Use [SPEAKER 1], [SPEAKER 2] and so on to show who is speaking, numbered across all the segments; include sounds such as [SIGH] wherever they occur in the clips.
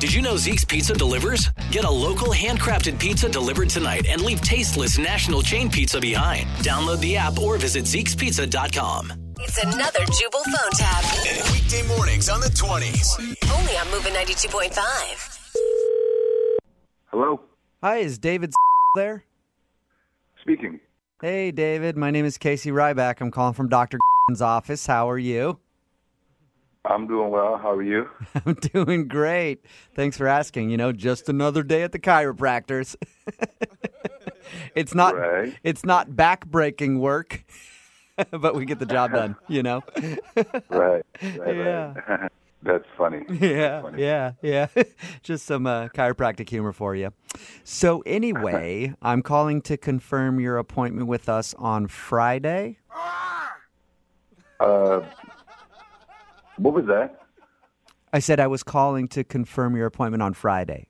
[SPEAKER 1] Did you know Zeke's Pizza delivers? Get a local handcrafted pizza delivered tonight and leave tasteless national chain pizza behind. Download the app or visit Zeke'sPizza.com.
[SPEAKER 2] It's another Jubal phone tab.
[SPEAKER 3] Weekday mornings on the 20s.
[SPEAKER 2] Only on Moving 92.5.
[SPEAKER 4] Hello,
[SPEAKER 5] Hi, is David there?
[SPEAKER 4] speaking.
[SPEAKER 5] Hey, David. My name is Casey Ryback. I'm calling from Dr. 's office. How are you? [LAUGHS]
[SPEAKER 4] I'm doing well. How are [LAUGHS] you?
[SPEAKER 5] I'm doing great. Thanks for asking. You know, just another day at the chiropractor's. [LAUGHS] it's not
[SPEAKER 4] Right.
[SPEAKER 5] it's not backbreaking work, [LAUGHS] but we get the job done, you know.
[SPEAKER 4] [LAUGHS] Right. right, right.
[SPEAKER 5] Yeah.
[SPEAKER 4] That's funny.
[SPEAKER 5] yeah,
[SPEAKER 4] funny.
[SPEAKER 5] yeah, yeah. [LAUGHS] Just some uh, chiropractic humor for you. So, anyway, I'm calling to confirm your appointment with us on Friday.
[SPEAKER 4] Uh, what was that?
[SPEAKER 5] I said I was calling to confirm your appointment on Friday.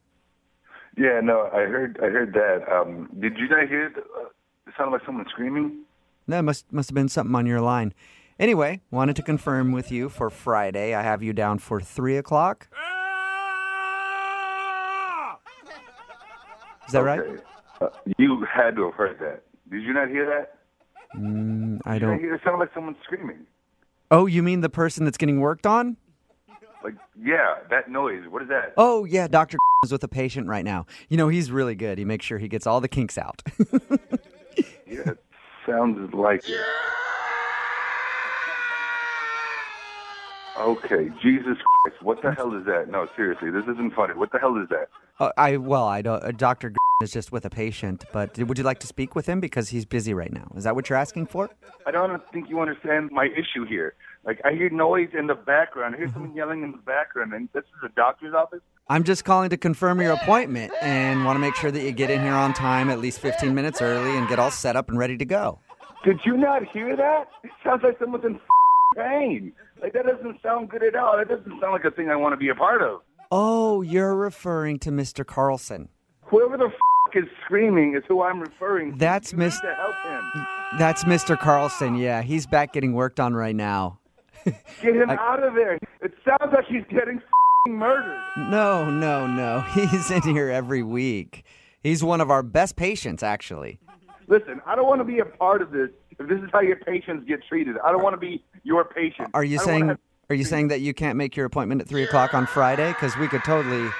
[SPEAKER 4] Yeah, no, I heard. I heard that. Um, did you not hear? The, uh, it sounded like someone screaming.
[SPEAKER 5] That must must have been something on your line. Anyway, wanted to confirm with you for Friday. I have you down for three o'clock. Is that right?
[SPEAKER 4] Okay. Uh, you had to have heard that. Did you not hear that?
[SPEAKER 5] I
[SPEAKER 4] I
[SPEAKER 5] don't.
[SPEAKER 4] hear, it sounded like someone screaming.
[SPEAKER 5] Oh, you mean the person that's getting worked on?
[SPEAKER 4] Like, yeah, that noise. What is that?
[SPEAKER 5] Oh yeah, Doctor [LAUGHS] is with a patient right now. You know he's really good. He makes sure he gets all the kinks out. [LAUGHS]
[SPEAKER 4] Yeah, it sounds like it. Okay, Jesus Christ, what the hell is that? No, seriously, this isn't funny. What the hell is that?
[SPEAKER 5] Uh, I well, I don't. Uh, Doctor [LAUGHS] is just with a patient, but would you like to speak with him because he's busy right now? Is that what you're asking for?
[SPEAKER 4] I don't think you understand my issue here. Like, I hear noise in the background. I hear someone
[SPEAKER 5] Mm-hmm.
[SPEAKER 4] yelling in the background, and this is a doctor's office?
[SPEAKER 5] I'm just calling to confirm your appointment and want to make sure that you get in here on time, at least 15 minutes early, and get all set up and ready to go.
[SPEAKER 4] Did you not hear that? It sounds like someone's in pain. Like, that doesn't sound good at all. That doesn't sound like a thing I want to be a part of.
[SPEAKER 5] Oh, you're referring to Mr. Carlson.
[SPEAKER 4] Whoever the is screaming is who I'm referring to.
[SPEAKER 5] That's
[SPEAKER 4] You need
[SPEAKER 5] Miss-
[SPEAKER 4] to help him.
[SPEAKER 5] Mm. That's Mr. Carlson. Yeah, he's back getting worked on right now.
[SPEAKER 4] Get him out of there. It sounds like he's getting f***ing murdered.
[SPEAKER 5] No, no, no. [LAUGHS] He's in here every week. He's one of our best patients, actually.
[SPEAKER 4] Listen, I don't want to be a part of this. If this is how your patients get treated, I don't want to be your patient.
[SPEAKER 5] Are you
[SPEAKER 4] I don't wanna
[SPEAKER 5] saying
[SPEAKER 4] have-
[SPEAKER 5] are you saying that you can't make your appointment at three o'clock on Friday? Because we could totally.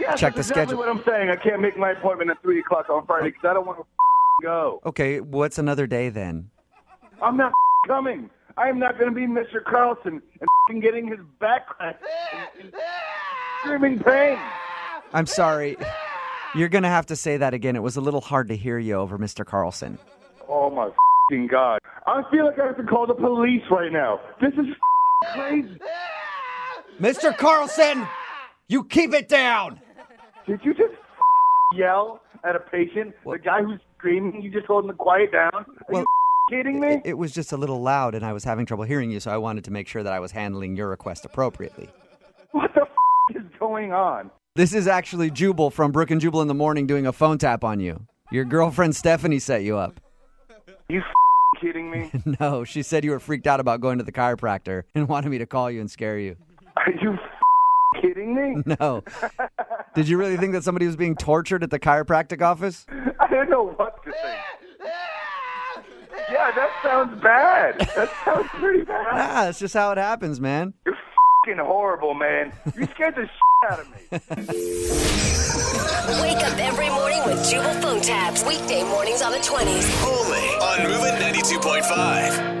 [SPEAKER 4] yes,
[SPEAKER 5] check
[SPEAKER 4] that's
[SPEAKER 5] the
[SPEAKER 4] exactly
[SPEAKER 5] schedule?
[SPEAKER 4] What I'm saying, I can't make my appointment at three o'clock on Friday because I don't want to f***ing go.
[SPEAKER 5] Okay, what's another day then?
[SPEAKER 4] I'm not f***ing coming. I am not going to be Mr. Carlson and f***ing getting his back cracked in- in screaming pain.
[SPEAKER 5] I'm sorry. You're going to have to say that again. It was a little hard to hear you over Mr. Carlson.
[SPEAKER 4] Oh my f***ing god! I feel like I have to call the police right now. This is f***ing crazy.
[SPEAKER 5] Mr. Carlson, you keep it down.
[SPEAKER 4] Did you just yell at a patient? The guy who's screaming, you just hold him to quiet down? Are
[SPEAKER 5] Well,
[SPEAKER 4] you kidding me?
[SPEAKER 5] It, it was just a little loud and I was having trouble hearing you, so I wanted to make sure that I was handling your request appropriately.
[SPEAKER 4] what the f- is going on?
[SPEAKER 5] This is actually Jubal from Brook and Jubal in the Morning doing a phone tap on you. Your girlfriend Stephanie set you up. [LAUGHS]
[SPEAKER 4] You f- kidding me?
[SPEAKER 5] No, she said you were freaked out about going to the chiropractor and wanted me to call you and scare you. [LAUGHS]
[SPEAKER 4] Are you f- kidding me?
[SPEAKER 5] No. Did you really think that somebody was being tortured at the chiropractic office?
[SPEAKER 4] I don't know what to think. Yeah, that sounds bad. That sounds pretty bad.
[SPEAKER 5] Ah, that's just how it happens, man.
[SPEAKER 4] You're f***ing horrible, man. You scared the s out of me.
[SPEAKER 2] Wake up every morning with Jubal phone tabs. Weekday mornings on the 20s.
[SPEAKER 3] Only on Moving 92.5.